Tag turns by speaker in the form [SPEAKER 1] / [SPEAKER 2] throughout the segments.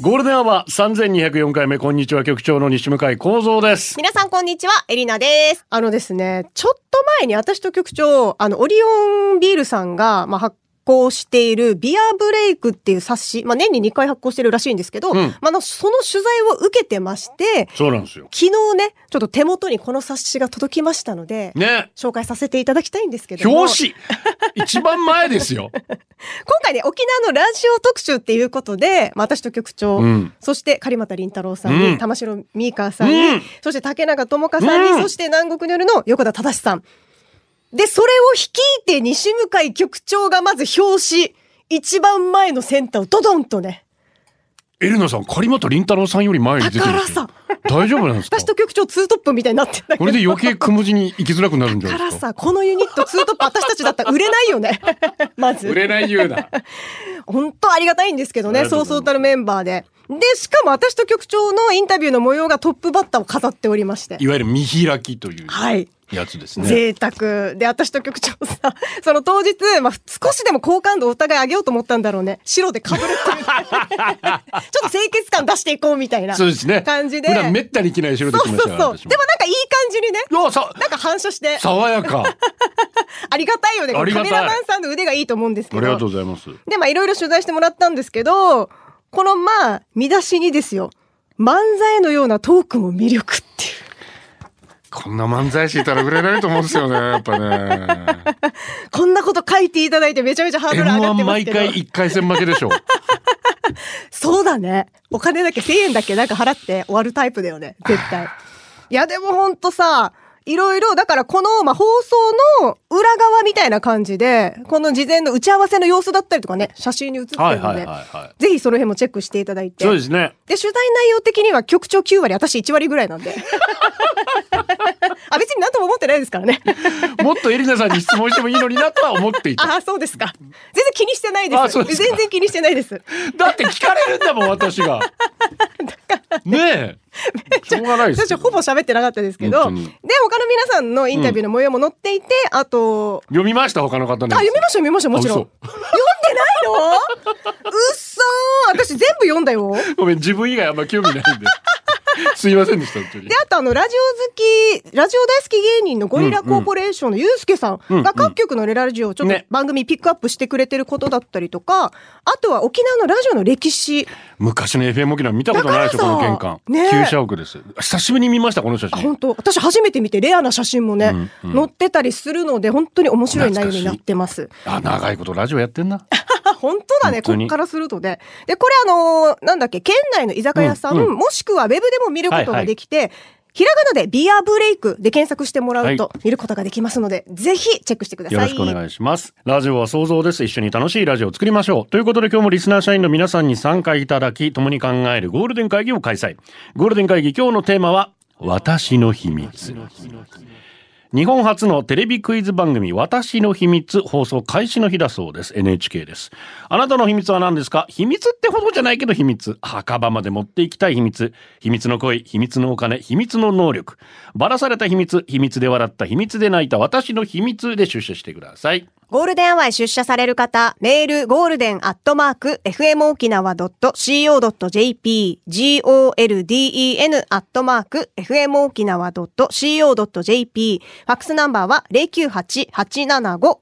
[SPEAKER 1] ゴールデンアワー3204回目、こんにちは、局長の西向井幸三です。
[SPEAKER 2] 皆さんこんにちは、エリナです。あのですね、ちょっと前に私と局長、あの、オリオンビールさんが、まあ、発行しているビアブレイクっていう冊子、まあ、年に2回発行してるらしいんですけど、
[SPEAKER 1] ん
[SPEAKER 2] まあ、あのその取材を受けてまして、
[SPEAKER 1] そうなんですよ。
[SPEAKER 2] 昨日ね、ちょっと手元にこの冊子が届きましたので、
[SPEAKER 1] ね。
[SPEAKER 2] 紹介させていただきたいんですけども
[SPEAKER 1] 表紙 一番前ですよ。
[SPEAKER 2] 今回ね、沖縄のラジオ特集っていうことで、まあ、私と局長、
[SPEAKER 1] うん
[SPEAKER 2] そして狩俣凛太郎さんに、
[SPEAKER 1] うん
[SPEAKER 2] 玉城ミーカーさんに、
[SPEAKER 1] うん
[SPEAKER 2] そして竹中智香さんに、
[SPEAKER 1] うん
[SPEAKER 2] そして南国によるの横田正さん。で、それを率いて西向井局長がまず表紙、一番前のセンターをドドンとね、
[SPEAKER 1] エリナさん、狩俣凛太郎さんより前に出てるんですよ。大丈夫なんですか
[SPEAKER 2] 私と局長ツートップみたいになってんだけ
[SPEAKER 1] こ
[SPEAKER 2] ど
[SPEAKER 1] れで余計くむじに行きづらくなるんじゃ
[SPEAKER 2] か
[SPEAKER 1] ない
[SPEAKER 2] ら
[SPEAKER 1] ですか。
[SPEAKER 2] さ、このユニットツートップ私たちだったら売れないよね。 まず。
[SPEAKER 1] ない言うな。
[SPEAKER 2] 本当ありがたいんですけど
[SPEAKER 1] あり
[SPEAKER 2] ね、
[SPEAKER 1] がとう
[SPEAKER 2] そ
[SPEAKER 1] ございます
[SPEAKER 2] うそうたるメンバーで。で、しかも私と局長のインタビューの模様がトップバッターを飾っておりまして
[SPEAKER 1] い。わゆる見開きという
[SPEAKER 2] はい。
[SPEAKER 1] やつですね。
[SPEAKER 2] 贅沢。で、私と局長さ、 その当日、まあ、少しでも好感度をお互い上げようと思ったんだろうね。白で被る っていうちょっと清潔感出していこうみたいな
[SPEAKER 1] そうですね。
[SPEAKER 2] 感じで。
[SPEAKER 1] 普段めったに着ない白で
[SPEAKER 2] そう
[SPEAKER 1] 来
[SPEAKER 2] そう
[SPEAKER 1] ましたから。
[SPEAKER 2] そう。
[SPEAKER 1] 私も
[SPEAKER 2] でもなんかいい感じにね、
[SPEAKER 1] いやさ
[SPEAKER 2] なんか反射して、
[SPEAKER 1] 爽や か。
[SPEAKER 2] ありがたいよね。
[SPEAKER 1] あ
[SPEAKER 2] カ
[SPEAKER 1] り
[SPEAKER 2] メ
[SPEAKER 1] がたい
[SPEAKER 2] ラマンさんの腕がいいと思うんです
[SPEAKER 1] あ
[SPEAKER 2] け
[SPEAKER 1] り
[SPEAKER 2] ど。
[SPEAKER 1] がとうございます。
[SPEAKER 2] で、まあ、いろいろ取材してもらったんですけど、この、まあ、見出しにですよ、漫才のようなトークも魅力っていう。
[SPEAKER 1] こんな漫才師いたら売れないと思うんですよね、やっぱね。
[SPEAKER 2] こんなこと書いていただいてめちゃめちゃハードル上がって
[SPEAKER 1] M1
[SPEAKER 2] ます
[SPEAKER 1] 毎
[SPEAKER 2] けど。
[SPEAKER 1] 回一回戦負けでし ょ。
[SPEAKER 2] そうだね。お金だけ1000円だけなんか払って終わるタイプだよね。絶対。いや、でもほんとさ、いろいろ、だからこの、まあ、放送の裏側みたいな感じで、この事前の打ち合わせの様子だったりとかね、写真に写って
[SPEAKER 1] はい
[SPEAKER 2] る
[SPEAKER 1] は
[SPEAKER 2] の
[SPEAKER 1] いはい
[SPEAKER 2] で、
[SPEAKER 1] は
[SPEAKER 2] ぜひその辺もチェックしていただい
[SPEAKER 1] い。
[SPEAKER 2] て。
[SPEAKER 1] そうですね。
[SPEAKER 2] で、取材内容的には局長9割、私1割ぐらいなんで。 あ、別に何とも思ってないですか らね。
[SPEAKER 1] もっとエリナさんに質問してもいいのになとは思っていた。
[SPEAKER 2] ああ、そうですか。全然気にしてないで
[SPEAKER 1] あ
[SPEAKER 2] す。
[SPEAKER 1] そうですか
[SPEAKER 2] 全然気にしてな いです。
[SPEAKER 1] だって聞かれるんだもん、私が。ねえ。しょうがないです
[SPEAKER 2] 私
[SPEAKER 1] よ。
[SPEAKER 2] ほぼ喋ってなかったですけど、で、
[SPEAKER 1] 本
[SPEAKER 2] 他
[SPEAKER 1] 当
[SPEAKER 2] の
[SPEAKER 1] に
[SPEAKER 2] 皆さんのインタビューの模様も載っていて、あと、
[SPEAKER 1] 読みました、他の方の
[SPEAKER 2] あ、
[SPEAKER 1] やつ。
[SPEAKER 2] 読みました、読みました、もちろん。
[SPEAKER 1] あ
[SPEAKER 2] 読んでないのうっそー私全部読んだよ。
[SPEAKER 1] ごめん、自分以外あんま興味ないんで。すいませんでした、本当に
[SPEAKER 2] で。、あとあの、ラジオ好き、ラジオ大好き芸人のゴリラコーポレーションのユうスケさんが各局のレラジオをちょっと
[SPEAKER 1] ね
[SPEAKER 2] 番組ピックアップしてくれてることだったりとか、あとは沖縄のラジオの歴史。
[SPEAKER 1] 昔の FM 沖縄見たことないでしょ、
[SPEAKER 2] だ
[SPEAKER 1] こ
[SPEAKER 2] から
[SPEAKER 1] の玄
[SPEAKER 2] さ
[SPEAKER 1] 関。
[SPEAKER 2] ね
[SPEAKER 1] 旧
[SPEAKER 2] え
[SPEAKER 1] 社屋です。久しぶりに見ました、この写
[SPEAKER 2] あ、
[SPEAKER 1] 真
[SPEAKER 2] 本。当私初めて見てレアな写真もね、
[SPEAKER 1] うんうん
[SPEAKER 2] 載ってたりするので、本当に面白い内容になってます。
[SPEAKER 1] あ、長いことラジオやってんな。
[SPEAKER 2] あ、本当だね、
[SPEAKER 1] 本当
[SPEAKER 2] こ
[SPEAKER 1] に
[SPEAKER 2] っからするとね。で、これあのーなんだっけ、県内の居酒屋さん、
[SPEAKER 1] うんう
[SPEAKER 2] もしくはウェブでも見ること
[SPEAKER 1] はいは
[SPEAKER 2] が
[SPEAKER 1] い
[SPEAKER 2] できて、ひらがなでビアブレイクで検索してもらうと
[SPEAKER 1] は
[SPEAKER 2] 見ることができますので、ぜひチェックしてください。
[SPEAKER 1] よろしくお願いします。ラジオは想像です。一緒に楽しいラジオを作りましょう。ということで今日もリスナー社員の皆さんに参加いただき、共に考えるゴールデン会議を開催。ゴールデン会議今日のテーマは、私の秘密。日本初のテレビクイズ番組「私の秘密」放送開始の日だそうです NHK ですあなたの秘密は何ですか秘密ってほどじゃないけど秘密墓場まで持っていきたい秘密秘密の恋秘密のお金秘密の能力ばらされた秘密秘密で笑った秘密で泣いた私の秘密で出社してください
[SPEAKER 2] ゴールデンアワーへ出社される方、メール、ゴールデンアットマーク、fmokinawa.co.jp、golden アットマーク、fmokinawa.co.jp、ファックスナンバーは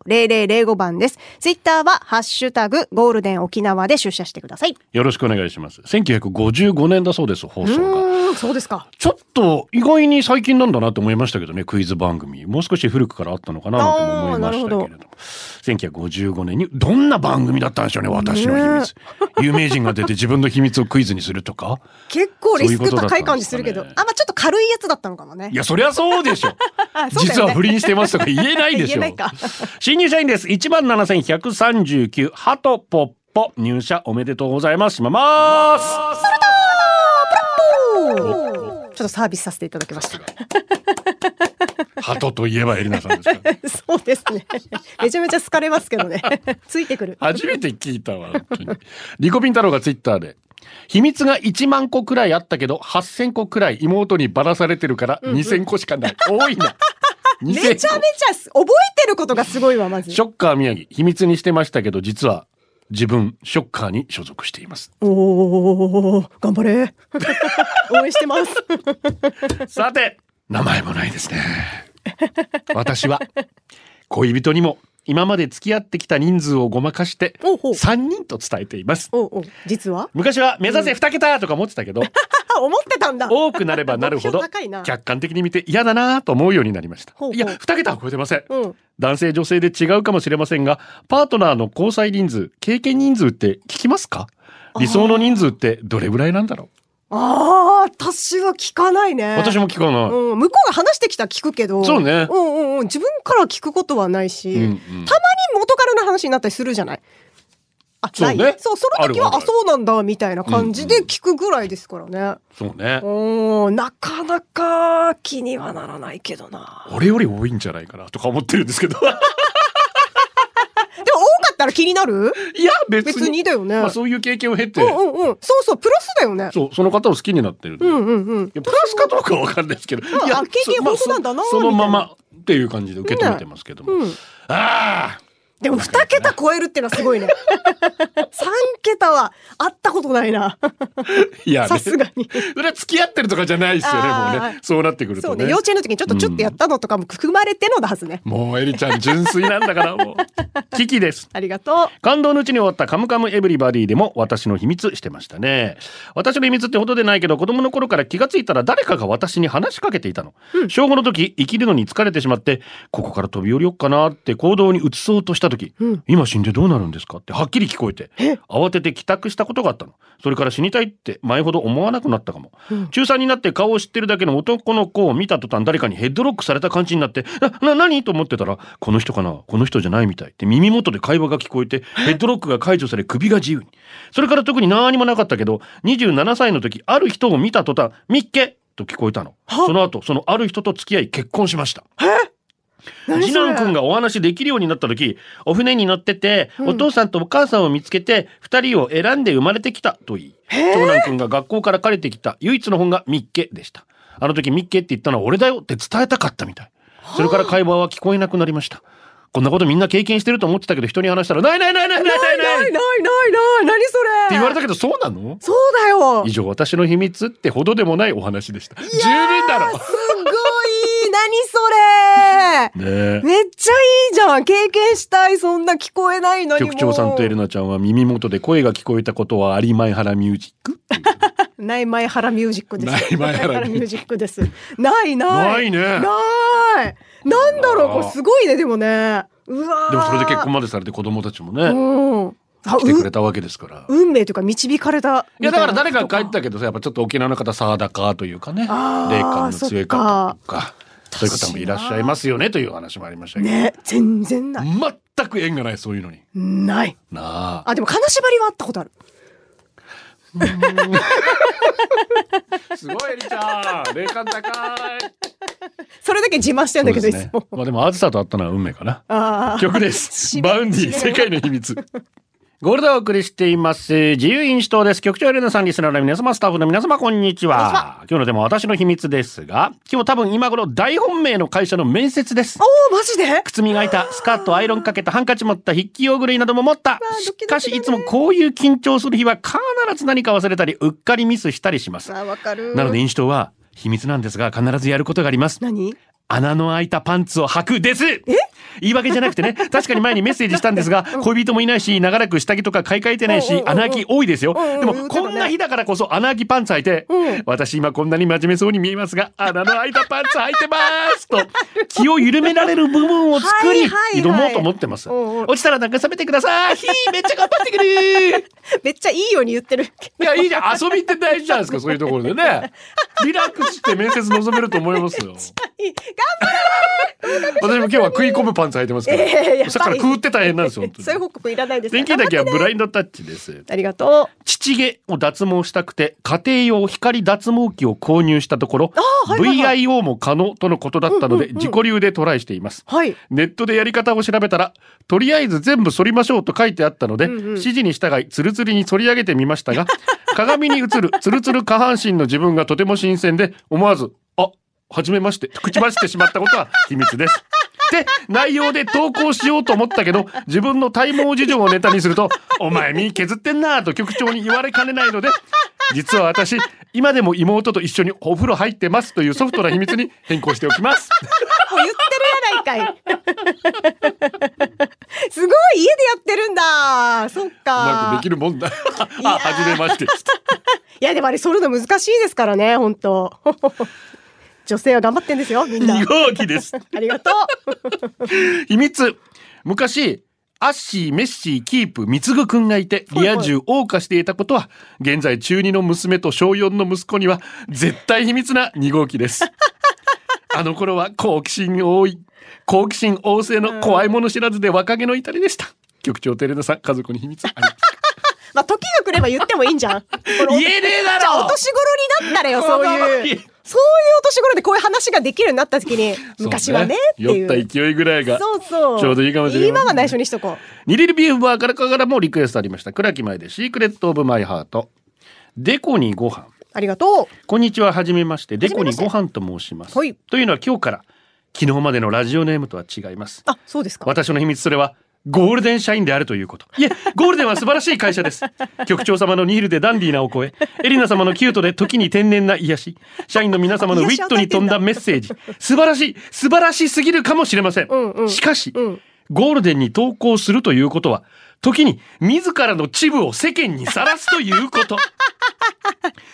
[SPEAKER 2] 098-875-0005番です。ツイッターは、ハッシュタグ、ゴールデン沖縄で出社してください。
[SPEAKER 1] よろしくお願いします1955年だそうです放送が
[SPEAKER 2] うん、そうですか。
[SPEAKER 1] ちょっと意外に最近なんだなって思いましたけどね、クイズ番組。もう少し古くからあったのかなとも思いましたけれど
[SPEAKER 2] あーな
[SPEAKER 1] も。1955年にどんな番組だったんでしょうね、私の秘 密。有名人が出て自分の秘密をクイズにするとか。
[SPEAKER 2] 結構リス
[SPEAKER 1] そうい
[SPEAKER 2] ク
[SPEAKER 1] うことだったんですかね
[SPEAKER 2] 高い感じするけど、あ、まあちょっと軽いやつだったのかもね
[SPEAKER 1] い。や、そりゃそうでしょ。
[SPEAKER 2] あ そうだ
[SPEAKER 1] 実
[SPEAKER 2] よね
[SPEAKER 1] は不倫してますとか言えないでしょ。
[SPEAKER 2] 言えないか
[SPEAKER 1] 新入社員です。17,139、ハトポッポ。入社おめでとうございます。しまます。
[SPEAKER 2] おーちょっとサービスさせていただきました。
[SPEAKER 1] 鳩といえばエリナさんですから。
[SPEAKER 2] そうですね。めちゃめちゃ好かれますけど ね。ついてくる。
[SPEAKER 1] 初めて聞いたわ、本当に。リコピン太郎がツイッターで。秘密が1万個くらいあったけど、8000個くらい妹にばらされてるから、2000個しかない。多いな。
[SPEAKER 2] め
[SPEAKER 1] 2000
[SPEAKER 2] ちゃめちゃ
[SPEAKER 1] 個
[SPEAKER 2] 覚えてることがすごいわ、まず
[SPEAKER 1] シ。ョッカー宮城、秘密にしてましたけど、実は自分、ショッカーに所属しています。
[SPEAKER 2] おお、頑張れ。 応援し てます。
[SPEAKER 1] さて、名前もないですね。 私は、恋人にも、今まで付き合ってきた人数をごまかして、
[SPEAKER 2] おうほう
[SPEAKER 1] 3人と伝えています。
[SPEAKER 2] おうおう実は。
[SPEAKER 1] 昔は目指せ2桁とか思ってたけど、
[SPEAKER 2] あ、思ってたんだ。
[SPEAKER 1] 多くなればなるほど
[SPEAKER 2] 目標高いな
[SPEAKER 1] 客観的に見て嫌だなと思うようになりました
[SPEAKER 2] ほうほう
[SPEAKER 1] いや2桁は超えてません、
[SPEAKER 2] うん
[SPEAKER 1] 男性女性で違うかもしれませんがパートナーの交際人数経験人数って聞きますか理想の人数ってどれぐらいなんだろ
[SPEAKER 2] ああ、私は聞かないね。
[SPEAKER 1] う私も聞かない、
[SPEAKER 2] うん、向こうが話してきたら聞くけど。
[SPEAKER 1] そうね
[SPEAKER 2] うんうんうん、自分から聞くことはないし。
[SPEAKER 1] うんうん
[SPEAKER 2] たまに元からの話になったりするじゃない。あ、
[SPEAKER 1] そうね
[SPEAKER 2] ないそう、その時は、
[SPEAKER 1] あるあ
[SPEAKER 2] あ
[SPEAKER 1] る
[SPEAKER 2] そうなんだみたいな感じ
[SPEAKER 1] うん
[SPEAKER 2] で
[SPEAKER 1] うん
[SPEAKER 2] 聞くぐらいですからね。
[SPEAKER 1] そうね
[SPEAKER 2] おーなかなか気にはならないけどな。
[SPEAKER 1] 俺より多いんじゃないかなとか思ってるんですけ ど
[SPEAKER 2] でも多かったら気になる。
[SPEAKER 1] いや別に
[SPEAKER 2] 別にだよね。
[SPEAKER 1] まあ、そういう経験を経て、
[SPEAKER 2] うんうんうん、そうそう、プラスだよね。
[SPEAKER 1] そうその方を好きになってるんで、
[SPEAKER 2] う
[SPEAKER 1] い
[SPEAKER 2] んうんうん。
[SPEAKER 1] やプラスかどうかは分かんないですけど、
[SPEAKER 2] あ
[SPEAKER 1] いや
[SPEAKER 2] あ経験豊富なんだな
[SPEAKER 1] そまあそその
[SPEAKER 2] みた
[SPEAKER 1] ま
[SPEAKER 2] いな
[SPEAKER 1] まっていう感じで受け止めてますけども、
[SPEAKER 2] うん、
[SPEAKER 1] ああ
[SPEAKER 2] でも2桁超えるってのはすごいね。3桁は会ったことないな。
[SPEAKER 1] いや、ね、
[SPEAKER 2] さすがに。
[SPEAKER 1] それは付き合ってるとかじゃないですよね、
[SPEAKER 2] あー
[SPEAKER 1] もうね。そうなってくる
[SPEAKER 2] そ
[SPEAKER 1] と
[SPEAKER 2] うね
[SPEAKER 1] ね。
[SPEAKER 2] 幼稚園の時にちょっとちょっとやったのとかも含まれてのだはずね。
[SPEAKER 1] もうエリちゃん純粋なんだから、も う。危機です。
[SPEAKER 2] ありがとう。
[SPEAKER 1] 感動のうちに終わったカムカムエブリバディでも私の秘密してましたね。私の秘密ってほどでないけど子供の頃から気がついたら誰かが私に話しかけていたの。小5の時生きるのに疲れてしまってここから飛び降りよっかなって行動に移そうとした時、
[SPEAKER 2] うん
[SPEAKER 1] 今死んでどうなるんですかってはっきり聞こえて慌てて帰宅したことがあったの。それから死にたいって前ほど思わなくなったかも。中3になって顔を知ってるだけの男の子を見た途端誰かにヘッドロックされた感じになって、な、な、何と思ってたら、この人かなこの人じゃないみたいって耳元で会話が聞こえて、ヘッドロックが解除され首が自由に。それから特に何もなかったけど、27歳の時、ある人を見た途端、みっけと聞こえたの。その後、そのある人と付き合い結婚しました。次男くんがお話しできるようになった時、お船に乗ってて、お父さんとお母さんを見つけて、二人を選んで生まれてきたと言い、長男くんが学校から借りてきた唯一の本がミッケでした。あの時ミッケって言ったのは俺だよって伝えたかったみたい。それから会話は聞こえなくなりました。こんなことみんな経験してると思ってたけど人に話したら、ないないないないないないない
[SPEAKER 2] な
[SPEAKER 1] っ
[SPEAKER 2] い
[SPEAKER 1] て
[SPEAKER 2] ないないない何それ
[SPEAKER 1] 言われたけどそうなの
[SPEAKER 2] そうだよ
[SPEAKER 1] 以上私の秘密ってほどでもないお話でした。十
[SPEAKER 2] いやー
[SPEAKER 1] 分だろ
[SPEAKER 2] すごい何そ
[SPEAKER 1] ねえ。
[SPEAKER 2] れめっちゃいいじゃん経験したいそんな聞こえないのにも
[SPEAKER 1] 局長さんとエレナちゃんは耳元で声が聞こえたことはありまいはらミュージックっていう
[SPEAKER 2] ない前原ミュージックです
[SPEAKER 1] ない前原
[SPEAKER 2] ミュージックですないな
[SPEAKER 1] な
[SPEAKER 2] い
[SPEAKER 1] いね
[SPEAKER 2] ないなんだろうこれすごいねでもねうわー
[SPEAKER 1] でもそれで結婚までされて子供たちもね、
[SPEAKER 2] うんあ
[SPEAKER 1] 来てくれ
[SPEAKER 2] う
[SPEAKER 1] たわけですから。
[SPEAKER 2] 運命というか導かれた
[SPEAKER 1] いやだから誰かが帰ったけどさやっぱちょっと沖縄の方沢田かというかね霊
[SPEAKER 2] あー
[SPEAKER 1] 感の強い方とかそう
[SPEAKER 2] そ
[SPEAKER 1] いう
[SPEAKER 2] っか
[SPEAKER 1] 方もいらっしゃいますよねという話もありましたけど、
[SPEAKER 2] ね全然ない
[SPEAKER 1] 全く縁がないそういうのに
[SPEAKER 2] ない
[SPEAKER 1] なあ
[SPEAKER 2] あでも金縛りはあったことある
[SPEAKER 1] すごいエリちゃん霊感 高い
[SPEAKER 2] それだけ自慢してんだけど、いつも。
[SPEAKER 1] まあでもあずさと会ったのは運命かな
[SPEAKER 2] ああ。
[SPEAKER 1] 曲で す。バウンディ、世界の秘密。ゴールドをお送りしています。自由民主党です。局長エレナさん、リスナーの皆様、スタッフの皆様、こんにちは。今日のテーマは私の秘密ですが、今日多分今頃大本命の会社の面接です。
[SPEAKER 2] おお、マジで
[SPEAKER 1] 靴磨いた、スカートアイロンかけた、ハンカチ持った、筆記用具類なども持った。
[SPEAKER 2] ド
[SPEAKER 1] し
[SPEAKER 2] キドキ
[SPEAKER 1] か
[SPEAKER 2] だね
[SPEAKER 1] し、いつもこういう緊張する日は必ず何か忘れたり、うっかりミスしたりします。
[SPEAKER 2] ああ、わかる。
[SPEAKER 1] なので、民主党は秘密なんですが、必ずやることがあります。
[SPEAKER 2] 何
[SPEAKER 1] 穴の開いたパンツを履くです言い訳じゃなくて ね確かに前にメッセージしたんですが恋人もいないし長らく下着とか買い替えてない
[SPEAKER 2] うんうん
[SPEAKER 1] し
[SPEAKER 2] うんうん
[SPEAKER 1] 穴開き多いですよ
[SPEAKER 2] うんうん
[SPEAKER 1] で
[SPEAKER 2] 言
[SPEAKER 1] も
[SPEAKER 2] うてたね
[SPEAKER 1] こんな日だからこそ穴開きパンツ履いて
[SPEAKER 2] うん
[SPEAKER 1] 私今こんなに真面目そうに見えますが穴の開いたパンツ履いてますと気を緩められる部分を作
[SPEAKER 2] は
[SPEAKER 1] り
[SPEAKER 2] いはい
[SPEAKER 1] 挑
[SPEAKER 2] は
[SPEAKER 1] もう
[SPEAKER 2] い
[SPEAKER 1] と思ってます
[SPEAKER 2] うんうん
[SPEAKER 1] 落ちたら慰めてくださ いひーめっちゃ頑張ってくる
[SPEAKER 2] めっちゃいいように言ってる。
[SPEAKER 1] いやいいじゃん遊びって大事じゃないですかそういうところでね
[SPEAKER 2] あ、
[SPEAKER 1] リラックスして面接臨めると思います よ。
[SPEAKER 2] い
[SPEAKER 1] 私も今日は食い込むパンツ履いてますから。
[SPEAKER 2] いやいややっぱり
[SPEAKER 1] そっから食うって大変なんですよ、本当に。
[SPEAKER 2] そういう報告いらないです
[SPEAKER 1] 電気だけはブラインドタッチです。
[SPEAKER 2] ありがと
[SPEAKER 1] 乳毛を脱毛したくて家庭用光脱毛器を購入したところ、
[SPEAKER 2] あーはいはいは
[SPEAKER 1] VIO も可能とのことだったので、
[SPEAKER 2] うんうんうん
[SPEAKER 1] 自己流でトライしています。
[SPEAKER 2] う。はい。
[SPEAKER 1] ネットでやり方を調べたら、とりあえず全部剃りましょうと書いてあったので、
[SPEAKER 2] うんうん
[SPEAKER 1] 指示に従い、ツルツルに剃り上げてみましたが、 鏡に映るツルツル下半身の自分がとても新鮮で、思わず、あ、はじめまして、口走ってしまったことは秘密 です。で、内容で投稿しようと思ったけど、自分の体毛事情をネタにすると、お前身削ってんなぁと局長に言われかねないので、実は私、今でも妹と一緒にお風呂入ってますというソフトな秘密に変更しておきます。
[SPEAKER 2] もう言ってるやないか い。すごい家でやってるんだ。そっ
[SPEAKER 1] うまく
[SPEAKER 2] か
[SPEAKER 1] でき。るもんだ。 あ、はじめまして。
[SPEAKER 2] いやでもあれ剃るの難しいですからね、本当。 女性は頑張ってんですよ、みんな
[SPEAKER 1] 二。号機です。
[SPEAKER 2] ありがとう。
[SPEAKER 1] 秘密。昔、アッシー、メッシー、キープ、ミツグくんがいて、リア充、謳歌していたことは、現在中2の娘と小4の息子には、絶対秘密な2号機 です。あの頃は好奇心多い、好奇心旺盛の怖いもの知らずで若気の至りでした。局長テレナさん、家族に秘密ありますか
[SPEAKER 2] まあ時が来れば言ってもいいんじゃん。この
[SPEAKER 1] 言えねえだろ
[SPEAKER 2] じゃあお年頃になったらよ、そう
[SPEAKER 1] 怖
[SPEAKER 2] い
[SPEAKER 1] い。
[SPEAKER 2] うそういうお年頃でこういう話ができるようになった時に、 昔はね、って
[SPEAKER 1] そう
[SPEAKER 2] い
[SPEAKER 1] 酔った
[SPEAKER 2] う。
[SPEAKER 1] 勢いぐらいが。
[SPEAKER 2] そうそう。
[SPEAKER 1] ちょうどいいかもしれない
[SPEAKER 2] 今は内緒にしとこう。
[SPEAKER 1] ニリルビーフバーからかからもリクエストありました。倉木前でシークレットオブマイハート。デコにご飯。
[SPEAKER 2] ありがとう。
[SPEAKER 1] こんにちは、はじめまして。デコにご飯と申します。
[SPEAKER 2] はじめましてはい
[SPEAKER 1] というのは今日から、昨日までのラジオネームとは違います。
[SPEAKER 2] あ、そうですか。
[SPEAKER 1] 私の秘密、それは、ゴールデン社員であるということ。いえ、ゴールデンは素晴らしい会社 です。局長様のニールでダンディーなお声、エリナ様のキュートで時に天然な癒し、社員の皆様のウィットに富んだメッセージ、素晴らしい、素晴らしすぎるかもしれません。
[SPEAKER 2] うんうん
[SPEAKER 1] しかし、
[SPEAKER 2] うん
[SPEAKER 1] ゴールデンに投稿するということは、時に自らの秩父を世間にさらすという こと。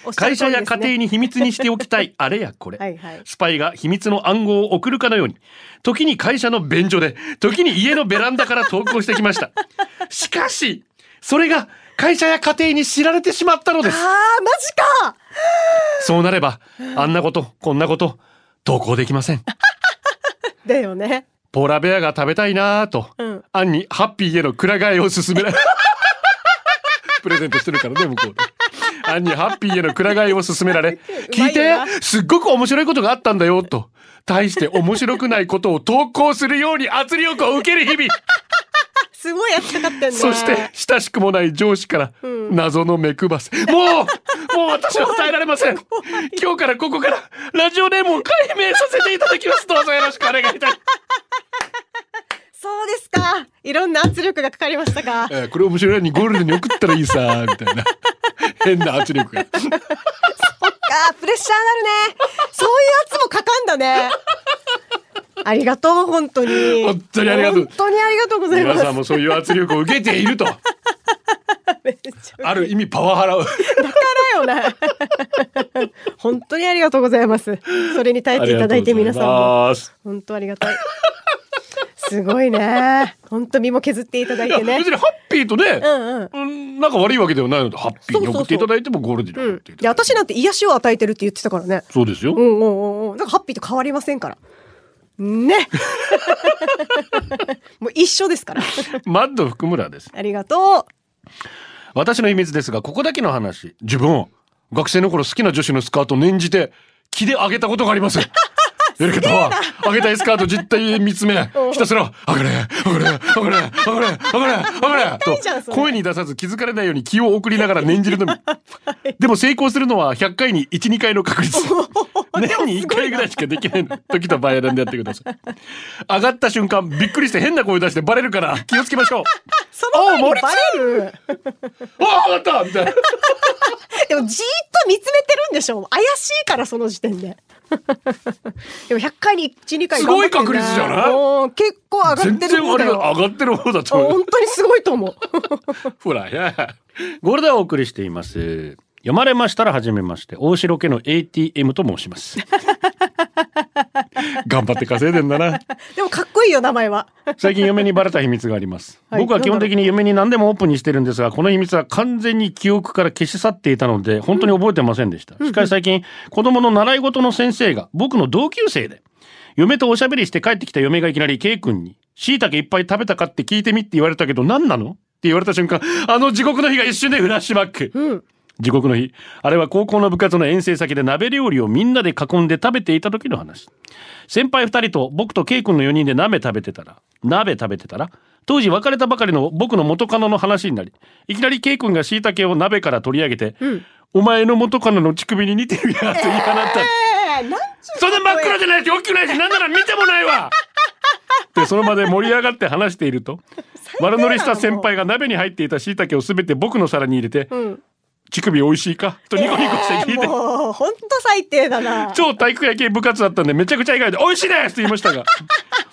[SPEAKER 2] おっしゃる
[SPEAKER 1] 会
[SPEAKER 2] 通
[SPEAKER 1] 社
[SPEAKER 2] り
[SPEAKER 1] や
[SPEAKER 2] です
[SPEAKER 1] 家
[SPEAKER 2] ね
[SPEAKER 1] 庭に秘密にしておきた いあれやこれ、
[SPEAKER 2] はいはい
[SPEAKER 1] スパイが秘密の暗号を送るかのように時に会社の便所で時に家のベランダから投稿してきました しかしそれが会社や家庭に知られてしまったのです
[SPEAKER 2] ああ、マジか
[SPEAKER 1] そうなればあんなことこんなこと投稿できません
[SPEAKER 2] だよね。
[SPEAKER 1] ポーラベアが食べたいなぁと、
[SPEAKER 2] うん
[SPEAKER 1] アンにハッピーへのくら替えを勧 められプレゼントしてるからね向こうで。アンにハッピーへのくら替えを勧められ
[SPEAKER 2] うま
[SPEAKER 1] 聞い
[SPEAKER 2] いよ
[SPEAKER 1] て
[SPEAKER 2] な
[SPEAKER 1] すっごく面白いことがあったんだよと大して面白くないことを投稿するように圧力を受ける日々
[SPEAKER 2] すごいやってかかってんね。
[SPEAKER 1] そして親しくもない上司から謎の目くばせ、もうもう私は耐えられま せん今日からここからラジオネームを解明させていただきますどうぞよろしくお願いいたします
[SPEAKER 2] そうですか。いろんな圧力がかかりましたか。
[SPEAKER 1] えーこれ面白いのにゴールデンに送ったらいいさみたいな 変な圧力が
[SPEAKER 2] そっか、プレッシャーになるね。そういう圧もかかんだね。ありがとう、本当に。
[SPEAKER 1] 本当にありがとう
[SPEAKER 2] 本当にありがとうございま
[SPEAKER 1] 皆
[SPEAKER 2] す
[SPEAKER 1] さん。もそういう圧力を受けていると
[SPEAKER 2] めっちゃ
[SPEAKER 1] ある意味パワハラを
[SPEAKER 2] だよね。本当にありがとうございます。それに耐えていただいて皆さんも。
[SPEAKER 1] ありがとうございます
[SPEAKER 2] 本当ありがたい。すごいね。本当身も削っていただい
[SPEAKER 1] いや
[SPEAKER 2] てね
[SPEAKER 1] 別。にハッピーとね、
[SPEAKER 2] うんうん。
[SPEAKER 1] うんなんか悪いわけではないのでハッピーに送っていただいてもゴールデンに
[SPEAKER 2] う
[SPEAKER 1] 送っ
[SPEAKER 2] ん
[SPEAKER 1] てい、た
[SPEAKER 2] で
[SPEAKER 1] だいて
[SPEAKER 2] 私なんて癒しを与えてるって言ってたからね。
[SPEAKER 1] そうですよ、
[SPEAKER 2] うんうんうんうん。なんかハッピーと変わりませんから。ね。 もう一緒ですから。
[SPEAKER 1] マッド福村です
[SPEAKER 2] ありがと
[SPEAKER 1] 私の秘密ですがここだけの話自分学生の頃好きな女子のスカートを念じて着で上げたことがあり ますやり方は上げたいスカート実体見つめひたすら「上がれ上がれ上がれ上がれ上がれ上 がれ」
[SPEAKER 2] いじゃんそ
[SPEAKER 1] と
[SPEAKER 2] れ
[SPEAKER 1] 声に出さず気づかれないように気を送りながら念じるの みでも成功するのは100回に12回の確率 年に1回ぐらいしかできないの時と場合選んでやってください上がった瞬間びっくりして変な声出してバレるから気をつけまし ょう
[SPEAKER 2] う。その前にバレる。
[SPEAKER 1] 「ああ上がった!」みたいな。
[SPEAKER 2] でもじーっと見つめてるんでしょ怪しいからその時点ででも100回に12回
[SPEAKER 1] すごい
[SPEAKER 2] 頑張っ
[SPEAKER 1] 確
[SPEAKER 2] てん
[SPEAKER 1] 率じゃない
[SPEAKER 2] おー結構上がってる方だよ
[SPEAKER 1] 上がってる方だ
[SPEAKER 2] あ本当にすごいと思う
[SPEAKER 1] ほらやゴールデンをお送りしています 読まれましたら初めまして大城家の ATM と申します頑張って稼いでんだな。
[SPEAKER 2] でもかっこいいよ名前は
[SPEAKER 1] 最近嫁にバレた秘密があります。
[SPEAKER 2] はい
[SPEAKER 1] 僕は基本的に嫁に何でもオープンにしてるんですが、この秘密は完全に記憶から消し去っていたので、本当に覚えてませんでした。しかし最近、子供の習い事の先生が僕の同級生で、嫁とおしゃべりして帰ってきた嫁がいきなり K 君に、椎茸いっぱい食べたかって聞いてみって言われたけど何なのって言われた瞬間、あの地獄の日が一瞬でフラッシュバック。
[SPEAKER 2] うん
[SPEAKER 1] 地獄の日あれは高校の部活の遠征先で鍋料理をみんなで囲んで食べていた時の話先輩2人と僕と K 君の4人で鍋食べてたら鍋食べてたら当時別れたばかりの僕の元カノの話になりいきなり K 君が椎茸を鍋から取り上げて、お前の元カノの乳首に似てるや」と言 い放った、
[SPEAKER 2] ええなんちゅう
[SPEAKER 1] そんな真っ暗じゃないし大きくないしなんなら見てもない わでその場で盛り上がって話していると丸乗りした先輩が鍋に入っていた椎茸を全て僕の皿に入れて「
[SPEAKER 2] ん
[SPEAKER 1] 乳首美味しいか?」とニコニコして聞いて、
[SPEAKER 2] もうほんと最低だな
[SPEAKER 1] 超体育会系部活だったんでめちゃくちゃ意外で「美味しいです!」と言いましたが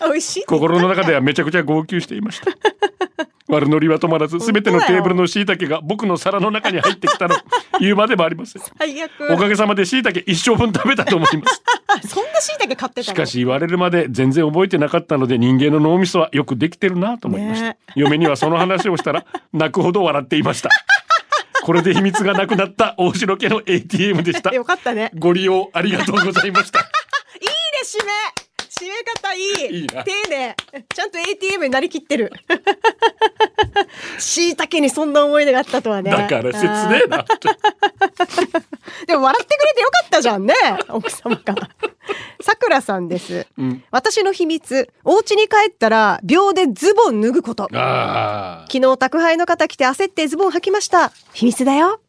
[SPEAKER 2] 美味し い
[SPEAKER 1] 心の中ではめちゃくちゃ号泣していま した丸乗りは止まらず全てのテーブルの椎茸が僕の皿の中に入ってきたの言うまでもありません
[SPEAKER 2] 最悪
[SPEAKER 1] おかげさまで椎茸一生分食べたと思い ます
[SPEAKER 2] あそんな椎茸買ってたの
[SPEAKER 1] しかし言われるまで全然覚えてなかったので人間の脳みそはよくできてるなと思いました、
[SPEAKER 2] ね
[SPEAKER 1] 嫁にはその話をしたら 泣くほど笑っていましたこれで秘密がなくなった大城家の ATM でした
[SPEAKER 2] よかったね
[SPEAKER 1] ご利用ありがとうございました
[SPEAKER 2] いいね締め締め方いい
[SPEAKER 1] いいな
[SPEAKER 2] 丁寧ちゃんと ATM になりきってる 椎茸にそんな思い出があったとはね
[SPEAKER 1] だから切ねえな
[SPEAKER 2] あーでも笑ってくれてよかったじゃんね奥様がさくらさんです、私の秘密お家に帰ったら秒でズボン脱ぐこと
[SPEAKER 1] あ
[SPEAKER 2] 昨日宅配の方来て焦ってズボン履きました秘密だよ、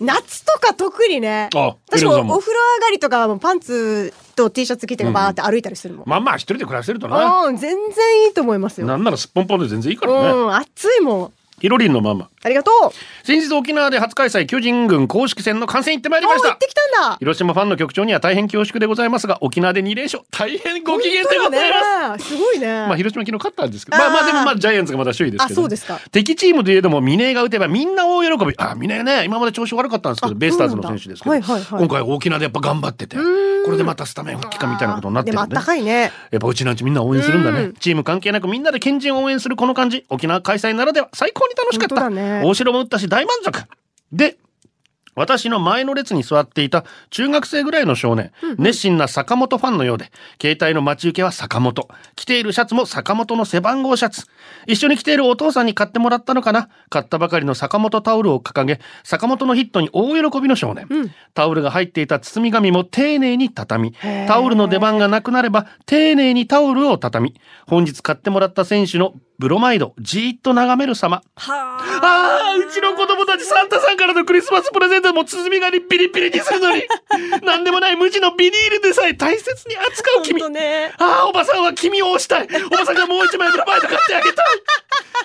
[SPEAKER 2] 夏とか特にね
[SPEAKER 1] あ
[SPEAKER 2] 私
[SPEAKER 1] エレンさん
[SPEAKER 2] も
[SPEAKER 1] も
[SPEAKER 2] お風呂上がりとかはもうパンツと T シャツ着てバーって歩いたりするもん、
[SPEAKER 1] まあまあ一人で暮らせるとな
[SPEAKER 2] うん、全然いいと思いますよ。
[SPEAKER 1] なんならすっぽんぽんで全然いいか
[SPEAKER 2] う
[SPEAKER 1] らね
[SPEAKER 2] ん、暑いもん。
[SPEAKER 1] ヒロリンのママ
[SPEAKER 2] ありがとう。
[SPEAKER 1] 先日沖縄で初開催巨人軍公式戦の観戦行ってまいり
[SPEAKER 2] お
[SPEAKER 1] ま
[SPEAKER 2] ー
[SPEAKER 1] し
[SPEAKER 2] 行ったてきたんだ。
[SPEAKER 1] 広島ファンの局長には大変恐縮でございますが沖縄で2連勝大変ご機嫌でございます
[SPEAKER 2] 本当だね。すごいね。
[SPEAKER 1] まあ広島昨日勝ったんですけど、
[SPEAKER 2] あー
[SPEAKER 1] まあまあでもまあジャイアンツがまだ首位ですけど、
[SPEAKER 2] あそうですか
[SPEAKER 1] 敵チームでいえども、峰が打てばみんな大喜び。あ、峰ね、今まで調子悪かったんですけ
[SPEAKER 2] あ
[SPEAKER 1] ど、ベイスターズの選手ですけど、
[SPEAKER 2] そうなんだはいはいはい
[SPEAKER 1] 今回沖縄でやっぱ頑張ってて、これでまたスタメン復帰かみたいなことになって
[SPEAKER 2] で
[SPEAKER 1] る
[SPEAKER 2] もあ
[SPEAKER 1] ん
[SPEAKER 2] っ
[SPEAKER 1] で、
[SPEAKER 2] たかいね。
[SPEAKER 1] やっぱうちなんちみんな応援するんだね。
[SPEAKER 2] うん
[SPEAKER 1] チーム関係なくみんなで県人を応援するこの感じ、沖縄開催ならでは最高に楽しかっ
[SPEAKER 2] 本
[SPEAKER 1] た。
[SPEAKER 2] 当だね
[SPEAKER 1] 大城も打ったし大満足。で、私の前の列に座っていた中学生ぐらいの少年、熱心な坂本ファンのようで、携帯の待ち受けは坂本。着ているシャツも坂本の背番号シャツ。一緒に着ているお父さんに買ってもらったのかな買ったばかりの坂本タオルを掲げ、坂本のヒットに大喜びの少年。タオルが入っていた包み紙も丁寧に畳み、
[SPEAKER 2] へー
[SPEAKER 1] タオルの出番がなくなれば、丁寧にタオルを畳み、本日買ってもらった選手のブロマイドをじーっと眺める様。ああ、うちの子供たちサンタさんからのクリスマスプレゼントも包み紙ピリピリにするの に、なんでもない無地のビニールでさえ大切に扱う
[SPEAKER 2] 本
[SPEAKER 1] 君
[SPEAKER 2] 当。ね。
[SPEAKER 1] ああ、おばさんは君を推したい。おばさんがもう一枚ブラバイト買ってあ げたい。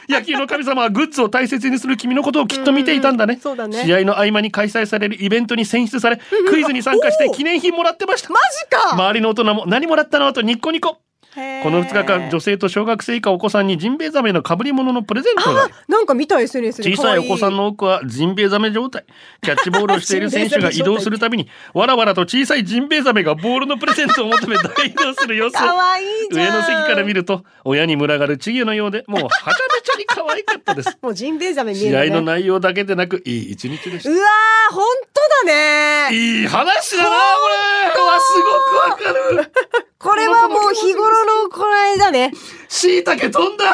[SPEAKER 1] 野球の神様はグッズを大切にする君のことをきっと見ていたんだね。
[SPEAKER 2] うんそうだね
[SPEAKER 1] 試合の合間に開催されるイベントに選出され、クイズに参加して
[SPEAKER 2] おー
[SPEAKER 1] 記念品もらってました。
[SPEAKER 2] マジか。
[SPEAKER 1] 周りの大人も何もらったのとニッコニコ。
[SPEAKER 2] へー
[SPEAKER 1] この2日間、女性と小学生以下お子さんにジンベエザメの被り物のプレゼントがあり
[SPEAKER 2] なんか見た SNS で
[SPEAKER 1] 小さいお子さんの多くはジンベエザメ状態。キャッチボールをしている選手が移動するたびに、わらわらと小さいジンベエザメがボールのプレゼントを求め大移動する様子を。
[SPEAKER 2] 可愛いいじゃ
[SPEAKER 1] 上
[SPEAKER 2] ん。
[SPEAKER 1] の席から見ると親に群がる稚魚のよう でもうはちゃめちゃに可愛かったです
[SPEAKER 2] もうジンベエザメ見え
[SPEAKER 1] 試
[SPEAKER 2] るね。
[SPEAKER 1] 合の内容だけでなくいい一日でし
[SPEAKER 2] うわー本当だ
[SPEAKER 1] た
[SPEAKER 2] ね。
[SPEAKER 1] いい話だなこれはすごくわかる
[SPEAKER 2] これはもう日頃のこの間ね。
[SPEAKER 1] しいたけ飛ん だ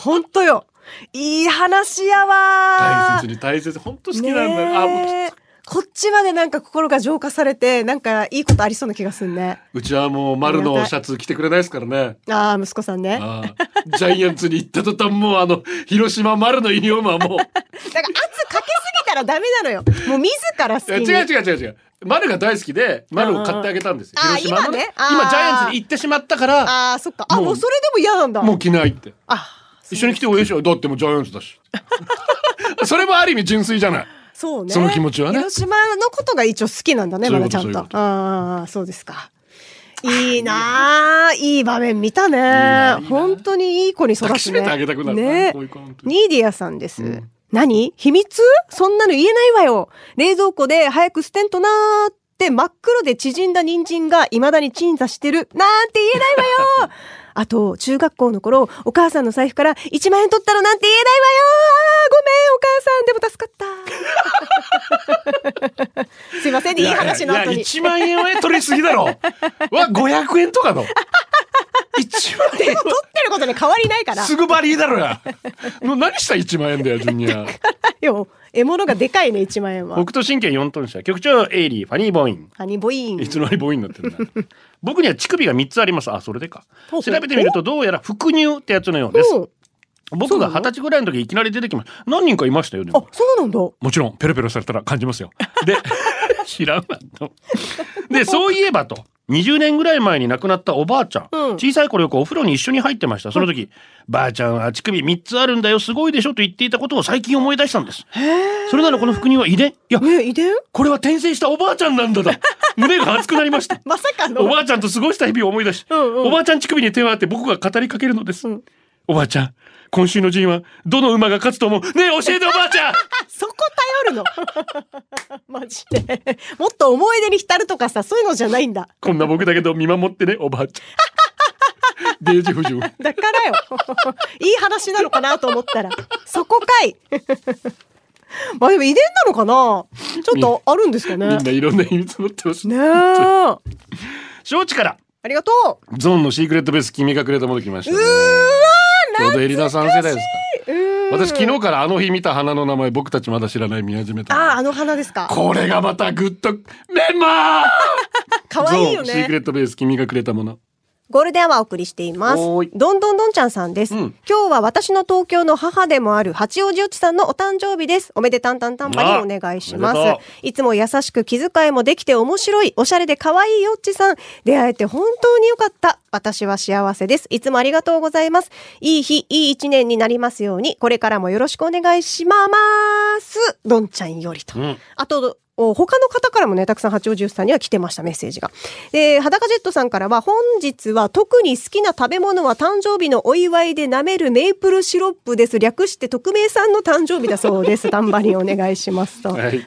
[SPEAKER 2] 本当よ。いい話やわー。
[SPEAKER 1] 大切に大切本当好きなん
[SPEAKER 2] ねえ
[SPEAKER 1] だあもう
[SPEAKER 2] こっちまでなんか心が浄化されてなんかいいことありそうな気がすんね
[SPEAKER 1] うちはもう丸のシャツ着てくれないですからね
[SPEAKER 2] ああ息子さんねなんか
[SPEAKER 1] ああジャイアンツに行った途端もうあの広島丸のユニフォームは もう
[SPEAKER 2] 圧かけすぎたらダメなのよもう自ら好
[SPEAKER 1] い
[SPEAKER 2] き
[SPEAKER 1] や違う
[SPEAKER 2] に
[SPEAKER 1] 違う違う違う丸が大好きで丸を買ってあげたんですよ
[SPEAKER 2] うんうん
[SPEAKER 1] 広島の
[SPEAKER 2] あ今ね
[SPEAKER 1] 今ジャイアンツに行ってしまったから
[SPEAKER 2] ああそっかあ
[SPEAKER 1] もう
[SPEAKER 2] もうそれでも嫌なんだ
[SPEAKER 1] もう着ないって。
[SPEAKER 2] あ
[SPEAKER 1] 一緒に来て応援しよう。だってもうジャイアンツだ し。それもある意味純粋じゃない。
[SPEAKER 2] そうね
[SPEAKER 1] その気持ちはね
[SPEAKER 2] 広島のことが一応好きなんだね
[SPEAKER 1] そう
[SPEAKER 2] ま
[SPEAKER 1] いう
[SPEAKER 2] だ
[SPEAKER 1] こ
[SPEAKER 2] ちゃ
[SPEAKER 1] とそういう
[SPEAKER 2] んと
[SPEAKER 1] こと
[SPEAKER 2] ああそうですかいいなあいい場面見たね本当にいい子に育つね
[SPEAKER 1] 抱きしめてあげたくなるな
[SPEAKER 2] ね
[SPEAKER 1] こういう子本当に
[SPEAKER 2] ニーディアさんです。何秘密そんなの言えないわよ。冷蔵庫で早く捨てんとなーってして真っ黒で縮んだ人参が未だに鎮座してるなんて言えないわよ あと、中学校の頃、お母さんの財布から1万円取ったのなんて言えないわよあーごめん、お母さん。でも助かった。 すいませんね、いい話の後
[SPEAKER 1] いや
[SPEAKER 2] に。
[SPEAKER 1] 1万円は取りすぎだ ろわ500円とかの1万円
[SPEAKER 2] でも取ってることに変わりないから。
[SPEAKER 1] すぐバリーだろ やもう何した1万円だよジュニア
[SPEAKER 2] よ、獲物がでかいね、1万円は
[SPEAKER 1] 北。斗神経4トン車局長エイリーファニーボイン
[SPEAKER 2] ハニーボイーン。
[SPEAKER 1] いつの間にボインになってるんだ僕には乳首が3つありますあそれでか
[SPEAKER 2] ほ
[SPEAKER 1] 調
[SPEAKER 2] うほう
[SPEAKER 1] べてみるとどうやら副乳ってやつのようです
[SPEAKER 2] うん
[SPEAKER 1] 僕が二十歳ぐらいの時いきなり出てきました何人かいましたよでも
[SPEAKER 2] あ、そうなんだ。
[SPEAKER 1] もちろんペロペロされたら感じますよ。で 知らんわと。でそういえばと20年ぐらい前に亡くなったおばあちゃん、
[SPEAKER 2] うん
[SPEAKER 1] 小さい頃よくお風呂に一緒に入ってましたその時、ばあちゃんは乳首3つあるんだよすごいでしょと言っていたことを最近思い出したんです。それならこの福人は遺伝いや
[SPEAKER 2] ね、遺伝
[SPEAKER 1] これは転生したおばあちゃんなんだと胸が熱くなりました。
[SPEAKER 2] まさか
[SPEAKER 1] お
[SPEAKER 2] の。
[SPEAKER 1] ばあちゃんと過ごした日々を思い出し、
[SPEAKER 2] うんうん
[SPEAKER 1] おばあちゃん乳首に手を当て僕が語りかけるのです、
[SPEAKER 2] うん
[SPEAKER 1] おばあちゃん今週の陣はどの馬が勝つと思うねえ教えておばあちゃん
[SPEAKER 2] そこ頼るの。 マジで。もっと思い出に浸るとかさ、そういうのじゃないんだ。
[SPEAKER 1] こんな僕だけど見守ってねおばあちゃん デージ夫人
[SPEAKER 2] だからよ。 いい話なのかなと思ったら。そこかい。 まあでも遺伝なのかなちょっとあるんですか
[SPEAKER 1] み
[SPEAKER 2] ね
[SPEAKER 1] ん。ないろんな意味持ってます
[SPEAKER 2] ねえ。あ
[SPEAKER 1] 承知から
[SPEAKER 2] りがとう。
[SPEAKER 1] ゾーンのシークレットベース君がくれたもの来ましたね
[SPEAKER 2] うー
[SPEAKER 1] ちょ
[SPEAKER 2] わ
[SPEAKER 1] うどエリナさん世代ですか
[SPEAKER 2] ー
[SPEAKER 1] 私昨日からあの日見た花の名前僕たちまだ知らない見始め
[SPEAKER 2] ああ、
[SPEAKER 1] た
[SPEAKER 2] あの花ですか。
[SPEAKER 1] これがまたグッとメンバー
[SPEAKER 2] かわいい
[SPEAKER 1] ゾー
[SPEAKER 2] よ
[SPEAKER 1] ンシークレッ
[SPEAKER 2] ね。
[SPEAKER 1] トベース君がくれたもの
[SPEAKER 2] ゴールデンはお送りしています。
[SPEAKER 1] お
[SPEAKER 2] ど
[SPEAKER 1] ーい
[SPEAKER 2] んどんどんちゃんさんです。
[SPEAKER 1] うん
[SPEAKER 2] 今日は私の東京の母でもある八王子よちさんのお誕生日です。おめでたんたんたんぱにお願いしま
[SPEAKER 1] あおめですと。
[SPEAKER 2] いつも優しく気遣いもできて面白い、おしゃれで可愛いよっちさん。出会えて本当によかった。私は幸せです。いつもありがとうございます。いい日、いい一年になりますように、これからもよろしくお願いします。どんちゃんよりと。
[SPEAKER 1] うん
[SPEAKER 2] あと、お他の方からもね、たくさん八王子さんには来てました、メッセージが。で、裸ジェットさんからは、本日は特に好きな食べ物は誕生日のお祝いで舐めるメープルシロップです。略して特命さんの誕生日だそうです。頑張りお願いしますと。
[SPEAKER 1] はい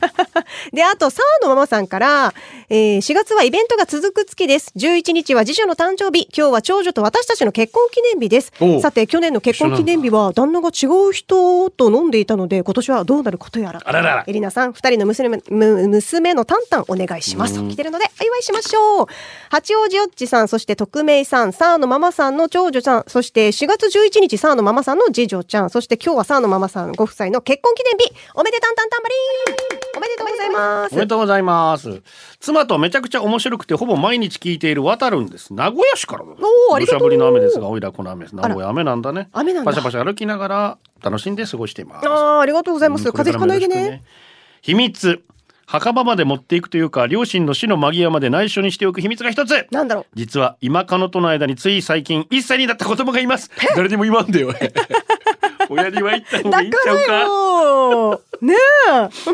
[SPEAKER 2] で、あと、サーのママさんから、えー4月はイベントが続く月です。11日は次女の誕生日。今日は長女と私たちの結婚記念日です
[SPEAKER 1] おう。
[SPEAKER 2] さて、去年の結婚記念日は、旦那が違う人と飲んでいたので、今年はどうなることやら。
[SPEAKER 1] あららら
[SPEAKER 2] エリナさん、二人の娘、む娘のタンタンお願いします。来てるので、お祝いしましょう。八王子よっちさん、そして匿名さん、サーのママさんの長女ちゃん、そして4月11日、サーのママさんの次女ちゃん、そして今日はサーのママさんご夫妻の結婚記念日、おめでたんたんたんばりーんおめでとうございます
[SPEAKER 1] おめ。でとうございます。妻とめちゃくちゃ面白くてほぼ毎日聞いている渡るんです。名古屋市からだね。
[SPEAKER 2] おーありがとう
[SPEAKER 1] 土砂降りの雨ですが、おいらこの雨です。名古屋雨なんだね。
[SPEAKER 2] 雨なんだ
[SPEAKER 1] パシャパシャ歩きながら楽しんで過ごしています。
[SPEAKER 2] ああ、ありがとうございます。
[SPEAKER 1] うんこ
[SPEAKER 2] 風
[SPEAKER 1] れ
[SPEAKER 2] 邪
[SPEAKER 1] ら
[SPEAKER 2] ひか
[SPEAKER 1] も
[SPEAKER 2] な
[SPEAKER 1] よ
[SPEAKER 2] い
[SPEAKER 1] ろ
[SPEAKER 2] で
[SPEAKER 1] しく
[SPEAKER 2] ね。。
[SPEAKER 1] 秘密。墓場まで持っていくというか、両親の死の間際まで内緒にしておく秘密が一つ。
[SPEAKER 2] なんだろう。
[SPEAKER 1] 実は今カノとの間につい最近1歳になった子供がいます。誰にも言わんでよ。 親には言った方がいいんち
[SPEAKER 2] だか
[SPEAKER 1] ゃ
[SPEAKER 2] ら
[SPEAKER 1] う
[SPEAKER 2] よーね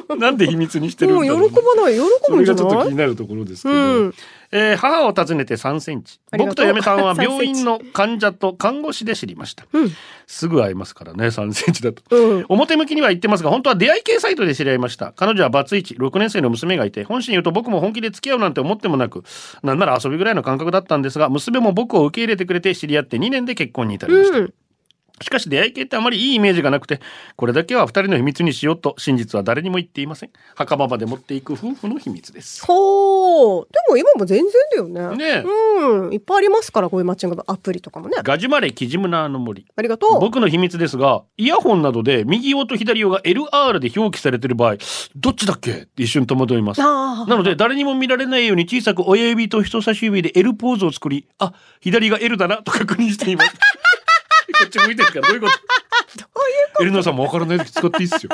[SPEAKER 1] か。なんで秘密にして
[SPEAKER 2] え。
[SPEAKER 1] るん
[SPEAKER 2] も
[SPEAKER 1] だ
[SPEAKER 2] う喜
[SPEAKER 1] ろう。
[SPEAKER 2] ばない、喜
[SPEAKER 1] そ
[SPEAKER 2] ぶん
[SPEAKER 1] れ
[SPEAKER 2] じゃ
[SPEAKER 1] がちょっと
[SPEAKER 2] な
[SPEAKER 1] 気
[SPEAKER 2] い
[SPEAKER 1] になるところですけど、
[SPEAKER 2] うん
[SPEAKER 1] えー母を訪ねて3センチ
[SPEAKER 2] ありがとう
[SPEAKER 1] 僕と嫁さんは
[SPEAKER 2] 3
[SPEAKER 1] 病院の患者と看護師で知りました、
[SPEAKER 2] うん
[SPEAKER 1] すぐ会えますからね3センチだと、
[SPEAKER 2] うん
[SPEAKER 1] 表向きには言ってますが本当は出会い系サイトで知り合いました彼女はバツイチ6年生の娘がいて本心言うと僕も本気で付き合うなんて思ってもなくなんなら遊びぐらいの感覚だったんですが娘も僕を受け入れてくれて知り合って2年で結婚に至りました、
[SPEAKER 2] うん
[SPEAKER 1] しかし出会い系ってあまりいいイメージがなくてこれだけは2人の秘密にしようと真実は誰にも言っていません墓場まで持っていく夫婦の秘密です
[SPEAKER 2] ほう。でも今も全然だよね。
[SPEAKER 1] ねえ
[SPEAKER 2] うん。いっぱいありますから、こういうマッチングのアプリとかもね。
[SPEAKER 1] ガジュマレキジムナーの森
[SPEAKER 2] ありがとう。
[SPEAKER 1] 僕の秘密ですがイヤホンなどで右用と左用が LR で表記されている場合どっちだっけって一瞬戸惑います
[SPEAKER 2] あ
[SPEAKER 1] なので誰にも見られないように小さく親指と人差し指で L ポーズを作りあ左が L だなと確認してい ますこっち向いてるからどういうことどういうことエルナさんもわからない時使っていいっすよ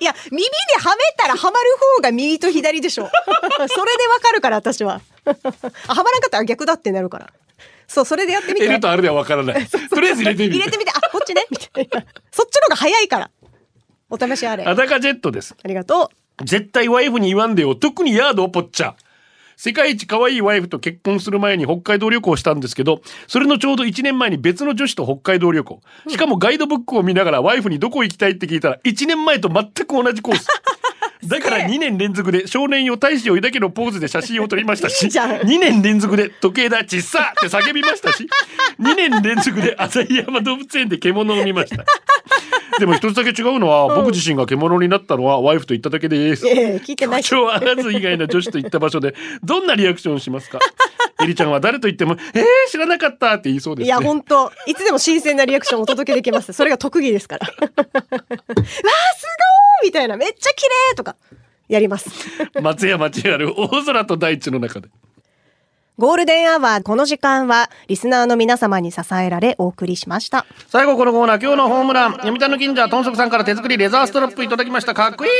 [SPEAKER 2] いや、耳にはめたらはまる方が右と左でしょ。 それでわかるから、私は。あ、はまらんかったら逆だってなるから。そう、それでやってみて。
[SPEAKER 1] L と R ではわから ないとりあえず入れてみ
[SPEAKER 2] 入
[SPEAKER 1] る
[SPEAKER 2] れてみて、あ、こっちね、 みたいな。そっちの方が早いから。お試しあれ。
[SPEAKER 1] ア
[SPEAKER 2] あ
[SPEAKER 1] ダカジェットです
[SPEAKER 2] りがと
[SPEAKER 1] 絶対ワイフに言わんでよ特にヤードをぽっちゃ世界一可愛いワイフと結婚する前に北海道旅行したんですけどそれのちょうど1年前に別の女子と北海道旅行しかもガイドブックを見ながらワイフにどこ行きたいって聞いたら1年前と全く同じコースだからら2年連続で少年よ大使よだけのポーズで写真を撮りましたし
[SPEAKER 2] いいじゃん
[SPEAKER 1] 2年連続で時計だちっさって叫びましたし2年連続で旭山動物園で獣を見ましたでも一つだけ違うのは、僕自身が獣になったのはワイフと言っただけです
[SPEAKER 2] いやいや聞いてない
[SPEAKER 1] 口調を合わず以外の女子と行った場所 でどんなリアクションをしますかエリちゃんは誰と言っても「えー、知らなかった」って言いそうで
[SPEAKER 2] い
[SPEAKER 1] す
[SPEAKER 2] や、
[SPEAKER 1] ね
[SPEAKER 2] 本当いつでも新鮮なリアクションをお届けできます。それが特技ですから。わ あ、すごーみたいな、めっちゃ綺麗とか、やります。
[SPEAKER 1] 松山千春大空と大地の中で
[SPEAKER 2] ゴールデンアワー、この時間は、リスナーの皆様に支えられ、お送りしました。
[SPEAKER 1] 最後このコーナー今日のホームラン読谷の銀座豚足さんから手作りレザーストラップいただきましたかっこいい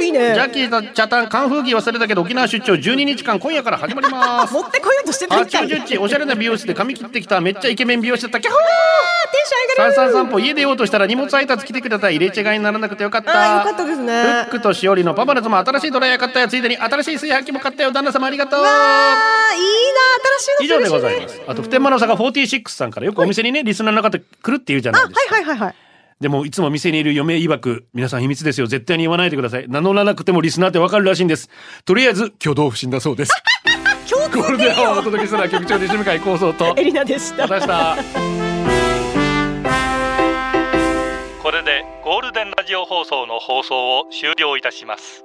[SPEAKER 2] おーいいね
[SPEAKER 1] ジャッキーとチャタンカンフーギー忘れたけど沖縄出張12日間今夜から始まります
[SPEAKER 2] 持ってこようとしてた
[SPEAKER 1] 八
[SPEAKER 2] みたい。
[SPEAKER 1] 丁
[SPEAKER 2] あー、テ
[SPEAKER 1] 十
[SPEAKER 2] ンシ
[SPEAKER 1] 地おしゃれな美容室で髪切ってきためっちゃイケメン美容師だったキャホー
[SPEAKER 2] ョン
[SPEAKER 1] 三
[SPEAKER 2] 上が
[SPEAKER 1] 三
[SPEAKER 2] る。
[SPEAKER 1] 散歩家出ようとしたら荷物配達来てくれた入れ違いにならなくてよかった
[SPEAKER 2] あーよかったですね
[SPEAKER 1] フックとしおりのパパラズも新しいドライヤー買ったよついでに新しい炊飯器も買ったよ旦那様ありがとう
[SPEAKER 2] あー、いいな、新し
[SPEAKER 1] 以
[SPEAKER 2] いの
[SPEAKER 1] 上でございますあと普天間の坂46さんからよくお店にねリスナーの方来るって言うじゃないですか
[SPEAKER 2] はいはいはいはい。
[SPEAKER 1] でもいつも店にいる嫁曰く皆さん秘密ですよ絶対に言わないでください名乗らなくてもリスナーってわかるらしいんですとりあえず挙動不審だそうです
[SPEAKER 2] 共
[SPEAKER 1] これ
[SPEAKER 2] 通
[SPEAKER 1] で
[SPEAKER 2] 点
[SPEAKER 1] はお
[SPEAKER 2] よ。
[SPEAKER 1] 届けするのは局長西向井構想と
[SPEAKER 2] エリナでした
[SPEAKER 1] ま。た明日
[SPEAKER 3] これでゴールデンラジオ放送の放送を終了いたします